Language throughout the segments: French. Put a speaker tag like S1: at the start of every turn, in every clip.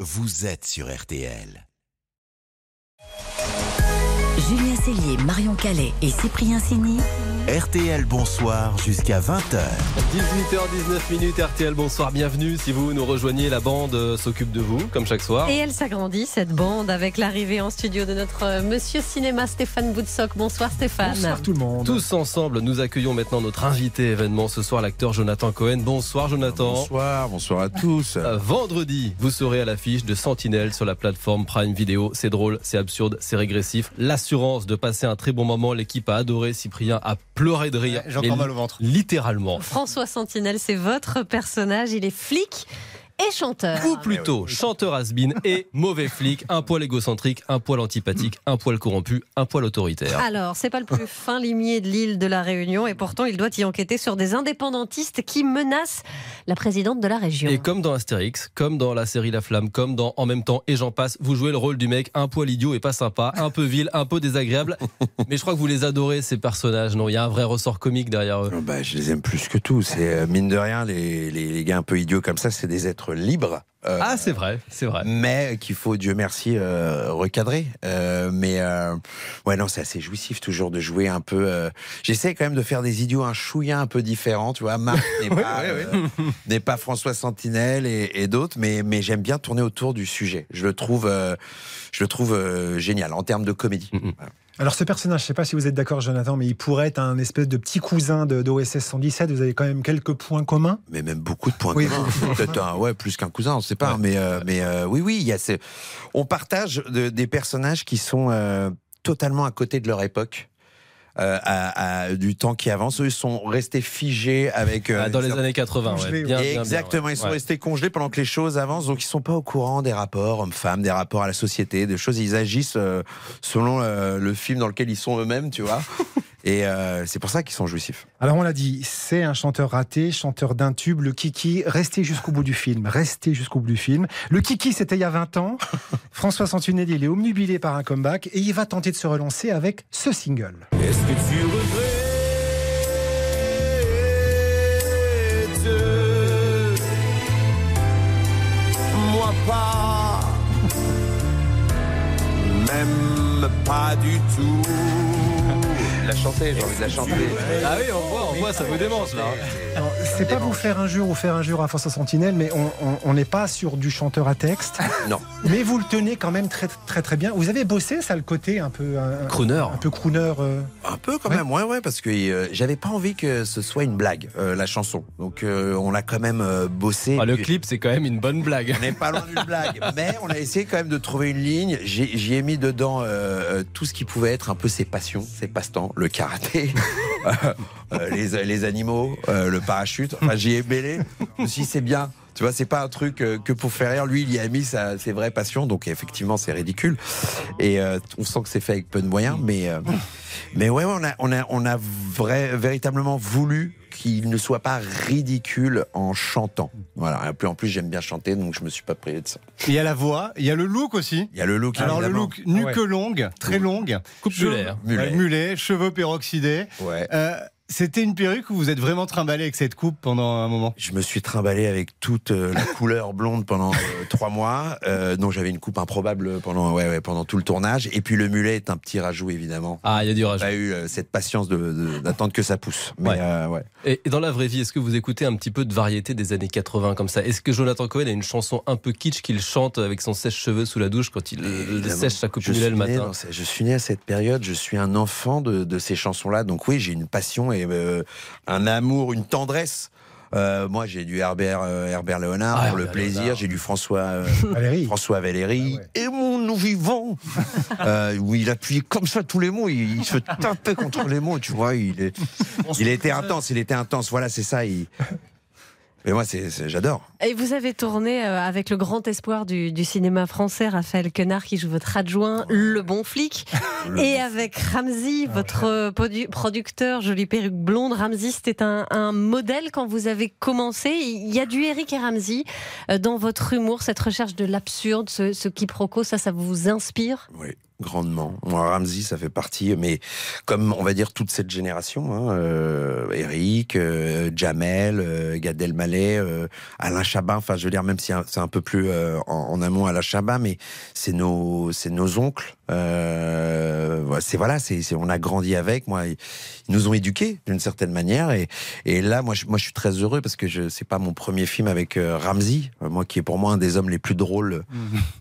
S1: vous êtes sur RTL.
S2: Julien Cellier, Marion Calais et Cyprien Sini.
S1: RTL Bonsoir jusqu'à 20h.
S3: 18h19 minutes RTL Bonsoir, bienvenue. Si vous nous rejoignez, la bande euh, s'occupe de vous, comme chaque soir.
S4: Et elle s'agrandit, cette bande, avec l'arrivée en studio de notre euh, monsieur cinéma Stéphane Boutsock. Bonsoir Stéphane.
S5: Bonsoir tout le monde.
S3: Tous ensemble, nous accueillons maintenant notre invité événement ce soir, l'acteur Jonathan Cohen. Bonsoir Jonathan.
S6: Bonsoir, bonsoir à tous.
S3: Euh, Vendredi, vous serez à l'affiche de Sentinelle sur la plateforme Prime Video. C'est drôle, c'est absurde, c'est régressif. L'assurance de passer un très bon moment, l'équipe a adoré, Cyprien a pleuré de rire.
S5: Ouais, j'ai encore
S3: Mais
S5: mal au ventre.
S3: Littéralement.
S4: François Sentinelle, c'est votre personnage. Il est flic et chanteur.
S3: Ou plutôt chanteur has et mauvais flic, un poil égocentrique, un poil antipathique, un poil corrompu, un poil autoritaire.
S4: Alors, c'est pas le plus fin limier de l'île de la Réunion et pourtant il doit y enquêter sur des indépendantistes qui menacent la présidente de la région.
S3: Et comme dans Astérix, comme dans la série La Flamme, comme dans En même temps et j'en passe, vous jouez le rôle du mec un poil idiot et pas sympa, un peu vil, un peu désagréable. Mais je crois que vous les adorez, ces personnages. Non, il y a un vrai ressort comique derrière eux.
S6: Oh, bah, je les aime plus que tout. C'est euh, mine de rien, les, les- les gars un peu idiots comme ça, c'est des êtres libres. euh,
S3: Ah, c'est vrai, c'est vrai.
S6: mais qu'il faut, Dieu merci, euh, recadrer. Euh, mais euh, ouais, non, c'est assez jouissif toujours de jouer un peu. euh, J'essaie quand même de faire des idiots un chouïa un peu différent, tu vois. Marc n'est pas, euh, n'est pas François Sentinelle et, et d'autres, mais, mais j'aime bien tourner autour du sujet. Je le trouve, euh, je le trouve euh, génial en termes de comédie.
S3: Mhm.
S6: Voilà.
S5: Alors ce personnage, je sais pas si vous êtes d'accord Jonathan, mais il pourrait être un espèce de petit cousin de d'OSS 117, vous avez quand même quelques points communs.
S6: mais même beaucoup de points
S5: Oui,
S6: communs. Peut-être un- ouais, plus qu'un cousin, on ne sait pas. mais euh, mais euh, oui, oui, il y a ces- on partage de- des personnages qui sont euh, totalement à côté de leur époque. euh, à- à- du temps qui avance, eux ils sont restés figés avec. euh,
S3: Ah, dans les
S6: certains-
S3: années 80, ouais.
S5: Congelé,
S3: Bien, bien, bien,
S6: Exactement,
S3: ouais.
S6: ils sont
S3: Ouais.
S6: restés congelés pendant que les choses avancent, donc ils sont pas au courant des rapports hommes-femmes, des rapports à la société, des choses. Ils agissent euh, selon euh, le film dans lequel ils sont eux-mêmes, tu vois. Et euh, c'est pour ça qu'ils sont jouissifs.
S5: Alors on l'a dit, c'est un chanteur raté, chanteur d'un tube, le Kiki, restez jusqu'au bout du film, restez jusqu'au bout du film. Le Kiki c'était il y a 20 ans, François Santinelli il est omnubilé par un comeback et il va tenter de se relancer avec ce single.
S7: Est-ce que tu regrettes Moi pas, même pas du tout.
S6: La chanter, j'ai envie de la chanter.
S3: Ah oui, on voit, on voit, ça vous démange là.
S5: Alors, C'est pas vous faire injure ou faire injure à François Sentinelle, mais on- on on n'est pas sur du chanteur à texte,
S6: Non.
S5: mais vous le tenez quand même très très très bien. Vous avez bossé ça le côté un peu un,
S3: Crooner.
S5: un peu crooner. euh,
S6: Un peu quand
S5: Ouais.
S6: même, ouais, ouais, parce que euh, j'avais pas envie que ce soit une blague, euh, la chanson. Donc euh, on l'a quand même euh, bossé.
S3: Ah, le
S6: Puis-
S3: clip, c'est quand même une bonne blague.
S6: On n'est pas loin d'une blague, mais on a essayé quand même de trouver une ligne. J'ai- J'y ai, mis dedans euh, euh, tout ce qui pouvait être un peu ses passions, ses passe-temps, le karaté, euh, euh, les, les animaux, euh, le parachute. Enfin, j'y ai mêlé. Je me suis dit, c'est bien. Tu vois, c'est pas un truc euh, que pour faire rire. Lui, il y a mis sa- ses vraies passions, donc effectivement, c'est ridicule. Et euh, on sent que c'est fait avec peu de moyens, mais euh, mais ouais, ouais, on a on a on a vrai- véritablement voulu qu'il ne soit pas ridicule en chantant. Voilà. Et puis, en plus, j'aime bien chanter, donc je me suis pas privé de ça.
S8: Il y a la voix, il y a le look aussi.
S6: Il y a le look.
S8: Alors
S6: évidemment.
S8: le look, nuque
S5: Ah
S8: longue, très longue.
S3: Coupe
S8: Cheveux-
S3: mulet, hein.
S8: Ouais,
S6: Mulet.
S8: mulet, cheveux peroxydés.
S6: Ouais.
S8: Euh, C'était une perruque où vous êtes vraiment trimballé avec cette coupe pendant un moment.
S6: Je me suis trimballé avec toute euh, la couleur blonde pendant euh, trois mois. Euh, donc j'avais une coupe improbable pendant ouais, ouais, pendant tout le tournage. Et puis le mulet est un petit rajout évidemment.
S3: Ah, il y a du rage.
S6: J'ai pas eu euh, cette patience de- de- d'attendre que ça pousse. Mais
S3: Ouais.
S6: euh, ouais.
S3: Et et dans la vraie vie, est-ce que vous écoutez un petit peu de variété des années 80 comme ça Est-ce que Jonathan Cohen a une chanson un peu kitsch qu'il chante avec son sèche-cheveux sous la douche quand il euh,
S6: Évidemment.
S3: sèche sa coupe
S6: je
S3: mulet
S6: suis,
S3: le
S6: né
S3: matin
S6: dans ces- je suis né à cette période, je suis un enfant de, de ces chansons-là. Donc oui, j'ai une passion et euh, un amour, une tendresse. Euh, moi, j'ai du Herbert, euh, Herbert Léonard
S3: Ah,
S6: pour le
S3: Herbert
S6: plaisir,
S3: Léonard.
S6: j'ai du François, euh,
S5: Valérie.
S6: François Valéry. Et mon nous vivons Euh, Où il appuyait comme ça tous les mots, il, il se tapait contre les mots, tu vois. Il, est- il était intense, il était intense. Voilà, c'est ça. il- Mais moi, c'est c'est- j'adore.
S4: Et vous avez tourné euh, avec le grand espoir du, du cinéma français, Raphaël Quenard, qui joue votre adjoint, le bon flic, et avec Ramsey, votre euh, produ- producteur, jolie perruque blonde. Ramsey, c'était un, un modèle quand vous avez commencé. Il y a du Eric et Ramsey euh, dans votre humour, cette recherche de l'absurde, ce, ce quiproquo, ça, ça vous inspire
S6: Oui, grandement. Moi, Ramsey, ça fait partie, mais comme on va dire toute cette génération, hein, euh, Eric, euh, Jamel, euh, Gad Elmaleh, euh, Alain Chabat. Enfin, je veux dire, même si c'est un peu plus euh, en, en amont Alain Chabat, mais c'est nos, c'est nos oncles. Euh, ouais, c'est voilà, c'est, c'est- on a grandi avec. Moi, ils ils nous ont éduqués d'une certaine manière, et, et là, moi, je, moi, je suis très heureux parce que je, c'est pas mon premier film avec euh, Ramsey, euh, moi qui est pour moi un des hommes les plus drôles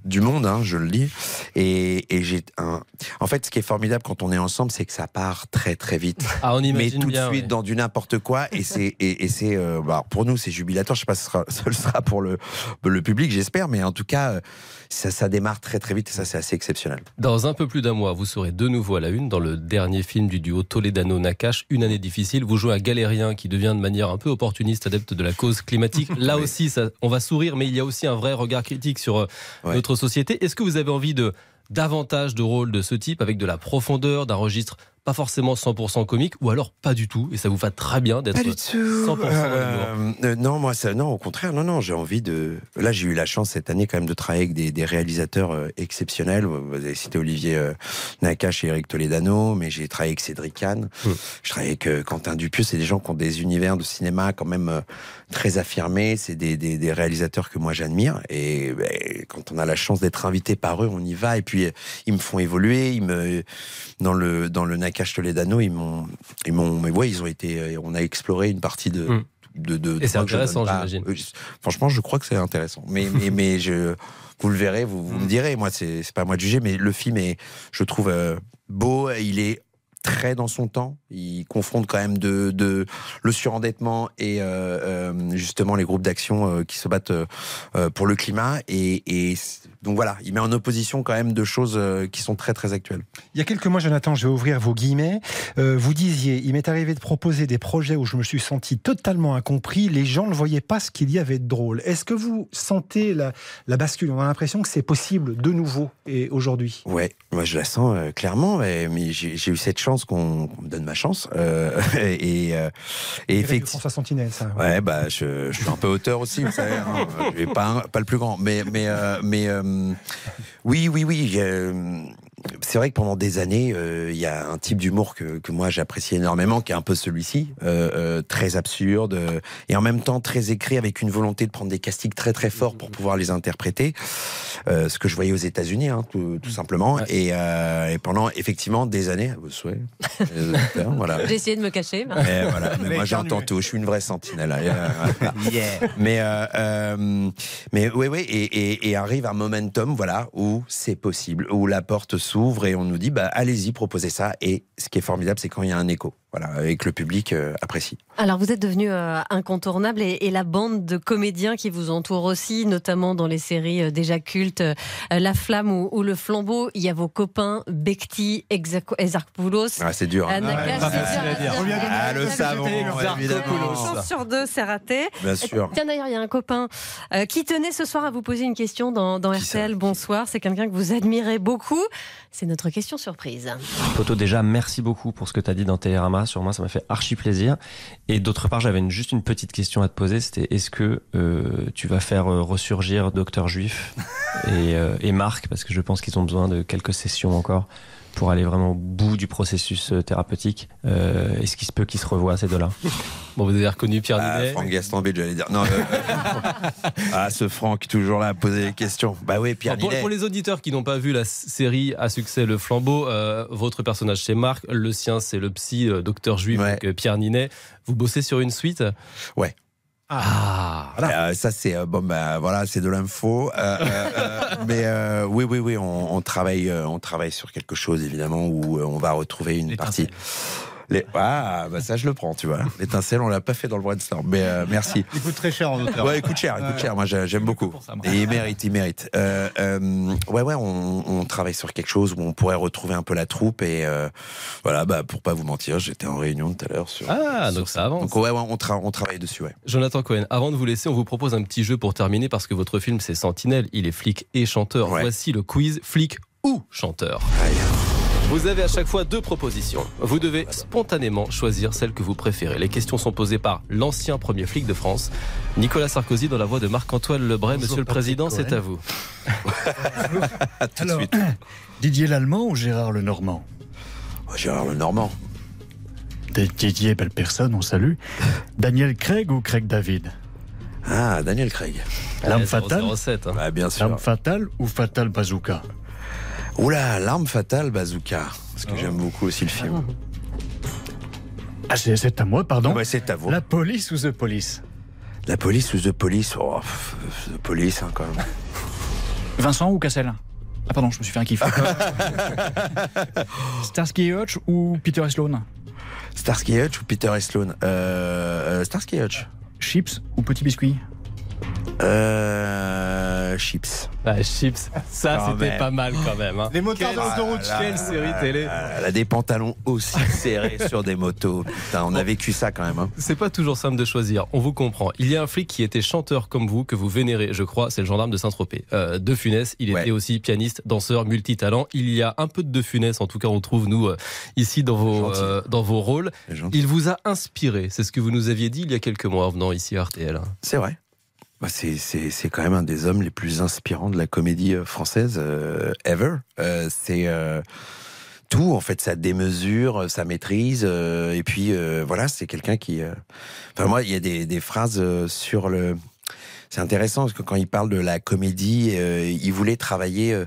S6: du monde, hein, je le dis. Et, et j'ai un. En fait, ce qui est formidable quand on est ensemble, c'est que ça part très très vite,
S3: Ah, on
S6: mais
S3: imagine
S6: tout
S3: bien,
S6: de suite
S3: ouais.
S6: dans du n'importe quoi. Et c'est et, et c'est euh, bah, pour nous, c'est jubilatoire. Je sais pas si ce sera- ce le sera pour le le public, j'espère, mais en tout cas, euh, ça ça démarre très très vite. Et ça, c'est assez exceptionnel.
S3: Dans un peu plus d'un mois, vous serez de nouveau à la une dans le dernier film du duo Toledano-Nakache, Une année difficile. Vous jouez un galérien qui devient de manière un peu opportuniste adepte de la cause climatique. Là aussi, ça- on va sourire, mais il y a aussi un vrai regard critique sur euh,
S6: Ouais.
S3: notre société. Est-ce que vous avez envie de davantage de rôles de ce type avec de la profondeur, d'un registre pas forcément 100% comique ou alors pas du tout et ça vous va très bien d'être
S6: Pas du tout.
S3: 100%
S6: Euh, euh, non, moi, ça, non, au contraire, non, non, j'ai envie de. Là, j'ai eu la chance cette année quand même de travailler avec des, des réalisateurs euh, exceptionnels. Vous vous avez cité Olivier euh, Nakache et Eric Toledano, mais j'ai travaillé avec Cédric Kahn.
S3: Mm.
S6: Je travaille avec euh, Quentin Dupieux. C'est des gens qui ont des univers de cinéma quand même euh, très affirmés. C'est des, des- des réalisateurs que moi j'admire. Et ben, quand on a la chance d'être invité par eux, on y va. Et puis, euh, ils me font évoluer. Ils me dans le dans le Nakache Toledano, ils m'ont ils m'ont mais ouais, ils ont été euh, on a exploré une partie de
S3: Mm.
S6: de, de-
S3: Et c'est
S6: moi, que je donne
S3: intéressant,
S6: pas.
S3: j'imagine.
S6: Euh, je- Franchement, je crois que c'est intéressant. Mais, mais, mais je, vous le verrez, vous,
S3: Hmm.
S6: vous me direz. Moi, c'est c'est pas à moi de juger, mais le film est, je trouve, euh, beau. Il est très dans son temps. Il confronte quand même de, de le surendettement et euh, euh, justement les groupes d'action euh, qui se battent euh, euh, pour le climat. Et, et c- donc voilà, il met en opposition quand même deux choses euh, qui sont très très actuelles.
S5: Il y a quelques mois, Jonathan, je vais ouvrir vos guillemets. euh, vous disiez, il m'est arrivé de proposer des projets où je me suis senti totalement incompris. Les gens ne voyaient pas ce qu'il y avait de drôle. Est-ce que vous sentez la, la bascule On a l'impression que c'est possible de nouveau et aujourd'hui.
S6: Ouais, moi je la sens euh, clairement, mais, mais j'ai j'ai eu cette chance qu'on qu'on me donne ma chance. euh, et euh, et
S5: Direct de
S6: effectivement.
S5: François Sentinelle, ça. ouais.
S6: Ouais, bah, je, je suis un peu auteur aussi, vous savez. hein. Je vais pas, un- pas le plus grand. Mais, mais, euh, mais euh, oui, oui, oui. euh, c'est vrai que pendant des années, euh, il y a un type d'humour que, que moi j'apprécie énormément, qui est un peu celui-ci, euh, euh, très absurde euh, et en même temps très écrit, avec une volonté de prendre des castiques très très forts pour pouvoir les interpréter. Euh, ce que je voyais aux États-Unis, hein, tout, tout simplement.
S3: Ouais.
S6: Et, euh, et pendant effectivement des années, à vos souhaits, les auditeurs, voilà.
S4: J'ai essayé de me cacher. mais-
S6: Eh, voilà, mais
S8: Mais
S6: moi j'entends
S8: éternué.
S6: tout, je suis une vraie sentinelle. Eh, Mais euh, euh, mais oui oui et, et- et arrive un momentum voilà où c'est possible, où la porte s'ouvre et on nous dit bah allez-y proposez ça et ce qui est formidable c'est quand il y a un écho voilà et que le public euh, apprécie.
S4: Alors, vous êtes devenu euh, incontournable et, et la bande de comédiens qui vous entoure aussi, notamment dans les séries euh, déjà cultes, euh, La Flamme ou, ou Le Flambeau, il y a vos copains Bekti, Exaco- Exarchopoulos.
S6: Ah, c'est dur. hein.
S4: Anna
S8: ouais,
S4: Gash,
S8: pas
S4: c'est
S8: facile
S4: dur
S8: à dire. On vient de-
S6: Ah, le
S4: Vous avez
S6: savon,
S4: jeté
S6: ouais,
S4: Une
S6: évidemment.
S4: chance sur deux, c'est raté.
S6: Bien sûr.
S4: Tiens d'ailleurs, il y a un copain euh, qui tenait ce soir à vous poser une question dans, dans
S6: Qui ça
S4: RTL. Bonsoir, c'est quelqu'un que vous admirez beaucoup. C'est notre question surprise.
S9: Toto, déjà, merci beaucoup pour ce que tu as dit dans Télérama. Sur moi, ça m'a fait archi plaisir. Et d'autre part, j'avais une- juste une petite question à te poser. C'était est-ce que euh, tu vas faire euh, ressurgir Docteur Juif et, euh, et Marc Parce que je pense qu'ils ont besoin de quelques sessions encore pour aller vraiment au bout du processus euh, thérapeutique. Euh, est-ce qu'il se peut qu'ils se revoient, ces deux-là
S3: Bon, vous avez reconnu Pierre
S6: Ah,
S3: Ninet.
S6: Franck Gastambide, j'allais dire. Non, euh, euh, ah, ce Franck, toujours là à poser des questions. Bah oui, Pierre
S3: Enfin, pour,
S6: Ninet.
S3: pour les auditeurs qui n'ont pas vu la s- série à succès Le Flambeau, euh, votre personnage c'est Marc, le sien c'est le psy, euh, docteur juif,
S6: Ouais.
S3: donc, euh, Pierre Ninet. Vous bossez sur une suite
S6: Ouais.
S3: Ah,
S6: Euh, ça c'est euh, bon bah, voilà c'est de l'info Euh, euh, euh, mais euh, oui oui oui on, on travaille euh, on travaille sur quelque chose évidemment où euh, on va retrouver une partie les... ah bah ça je le prends tu vois l'étincelle on l'a pas fait dans le brainstorm mais euh, merci
S8: Il coûte très cher en auteur.
S6: Ouais, il coûte cher, il coûte cher. Moi, j'ai- j'aime beaucoup.
S8: pour ça, moi.
S6: Et il mérite, il mérite. Euh, euh, ouais, ouais, on, on travaille sur quelque chose où on pourrait retrouver un peu la troupe. Et euh, voilà, bah, pour pas vous mentir, j'étais en réunion tout à l'heure sur.
S3: Ah, donc
S6: sur
S3: ça avance.
S6: Donc, ouais, ouais, on, tra- on travaille dessus, ouais.
S3: Jonathan Cohen, avant de vous laisser, on vous propose un petit jeu pour terminer parce que votre film c'est Sentinelle, il est flic et chanteur.
S6: Ouais.
S3: Voici le quiz flic ou chanteur. Vous avez à chaque fois deux propositions. Vous devez spontanément choisir celle que vous préférez. Les questions sont posées par l'ancien premier flic de France, Nicolas Sarkozy, dans la voix de Marc-Antoine Lebray.
S10: Bonjour,
S3: Monsieur le
S10: Patrick
S3: Président, c'est
S10: Cohen.
S3: à vous.
S10: Alors, Didier Lallemand ou Gérard Lenormand
S6: Oh, Gérard Lenormand.
S10: D- Didier, belle personne, on salue. Daniel Craig ou Craig David
S6: Ah, Daniel Craig.
S10: L'âme
S3: Ouais,
S10: fatale
S3: 007, hein.
S6: Bah, bien
S10: L'âme
S6: sûr.
S10: fatale ou Fatal Bazooka
S6: Oula, l'arme fatale, bazooka. Parce que j'aime beaucoup aussi le film.
S10: Ah, c'est c'est à moi, pardon.
S6: Ouais, bah, c'est à vous.
S10: La police ou The Police
S6: La police ou The Police oh, pff, The Police, hein, quand même.
S11: Vincent ou Cassel Ah pardon, je me suis fait un kiff. Starsky et Hutch ou Peter et Sloan
S6: Starsky Hutch ou Peter et Sloan euh, euh, Starsky Hutch.
S11: Chips ou Petit Biscuit
S6: Euh, chips.
S3: Ah, Chips, ça
S6: Quand
S3: c'était
S6: même.
S3: pas mal quand même. hein.
S8: Les motards dans l'autoroute.
S3: Quelle série télé
S6: Ah, Elle a des pantalons aussi serrés sur des motos. Putain, on a vécu ça quand même. hein.
S3: C'est pas toujours simple de choisir, on vous comprend. Il y a un flic qui était chanteur comme vous, que vous vénérez, je crois, c'est le gendarme de Saint-Tropez. Euh, de Funès, il était
S6: Ouais.
S3: aussi pianiste, danseur, multitalent. Il y a un peu de De Funès, en tout cas, on trouve, nous, euh, ici, dans vos,
S6: Gentil.
S3: euh, dans vos rôles.
S6: Les gens-
S3: Il vous a inspiré, c'est ce que vous nous aviez dit il y a quelques mois en venant ici à RTL.
S6: C'est vrai. Bah, c'est- c'est c'est quand même un des hommes les plus inspirants de la comédie euh, française euh, ever. Euh, c'est euh, tout en fait, sa démesure, sa maîtrise, euh, et puis euh, voilà, c'est quelqu'un qui. euh, Enfin moi, il y a des, des phrases euh, sur le. C'est intéressant parce que quand il parle de la comédie, euh, il voulait travailler. euh,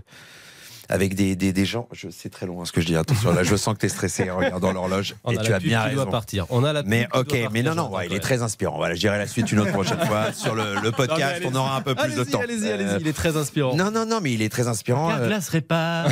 S6: avec des, des, des gens, je sais très loin ce que je dis. Attention, là, je sens que t'es stressé en regardant l'horloge.
S3: On
S6: Et
S3: a
S6: tu
S3: la
S6: as
S3: pub
S6: bien
S3: qui doit
S6: raison.
S3: partir. On a la pub
S6: Mais
S3: qui doit
S6: ok,
S3: partir,
S6: mais non, non,
S3: Jean-Jacques
S6: ouais, il est
S3: Cohen.
S6: très inspirant. Voilà, je dirai la suite une autre prochaine fois. Sur le, le podcast, on aura un peu plus de
S3: Allez-y,
S6: temps.
S3: allez-y, allez-y,
S6: Euh,
S3: il est très inspirant.
S6: non, non, non, mais il est très inspirant.
S10: Regarde
S6: Euh,
S10: la répare.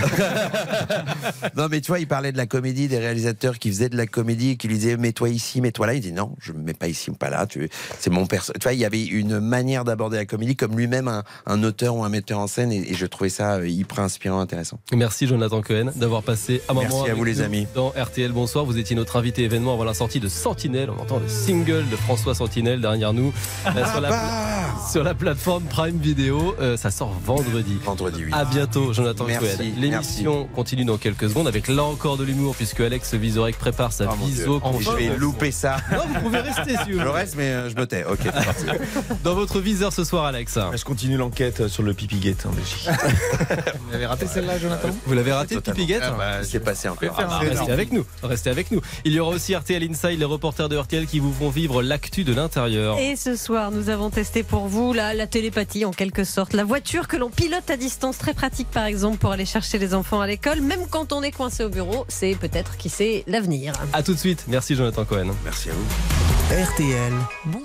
S6: non, mais tu vois, il parlait de la comédie, des réalisateurs qui faisaient de la comédie, et qui lui disaient mets-toi ici, mets-toi là. Il dit non, je me mets pas ici, pas là. Tu, c'est mon perso. Tu vois, il y avait une manière d'aborder la comédie comme lui-même un, un auteur ou un metteur en scène, et, et je trouvais ça euh, hyper inspirant, intéressant.
S3: Merci Jonathan Cohen d'avoir passé un moment
S6: Merci à
S3: avec
S6: vous, les
S3: nous
S6: amis.
S3: dans RTL Bonsoir. Vous étiez notre invité événement avant la sortie de Sentinelle. On entend le single de François Sentinelle derrière nous
S6: Ah,
S3: euh, sur, la,
S6: bah
S3: pla- sur la plateforme Prime Video. Euh, ça sort vendredi.
S6: Vendredi, oui.
S3: À bientôt, Jonathan
S6: Merci,
S3: Cohen. L'émission continue dans quelques secondes avec là encore de l'humour puisque Alex Vizorek prépare sa
S6: Oh, mon Dieu.
S3: viso.
S6: Et je vais louper ça.
S3: Non, vous pouvez rester si vous
S6: Je
S3: voulez.
S6: reste, mais euh, je me tais. Ok, c'est parti.
S3: Dans votre viseur ce soir, Alex.
S11: Je continue l'enquête sur le pipi guette en Belgique.
S8: Vous avez raté celle-là, Jonathan Ah, bah,
S3: Vous l'avez raté, le
S6: Totalement. Ah, bah,
S3: Pipiguette
S6: C'est passé encore.
S3: Ah, restez avec nous, restez avec nous. Il y aura aussi RTL Inside, les reporters de RTL qui vous font vivre l'actu de l'intérieur.
S4: Et ce soir, nous avons testé pour vous la, la télépathie en quelque sorte, la voiture que l'on pilote à distance, très pratique par exemple pour aller chercher les enfants à l'école, même quand on est coincé au bureau, c'est peut-être qui sait l'avenir.
S3: A tout de suite, merci Jonathan Cohen.
S6: Merci à vous.
S1: RTL,
S2: Bon.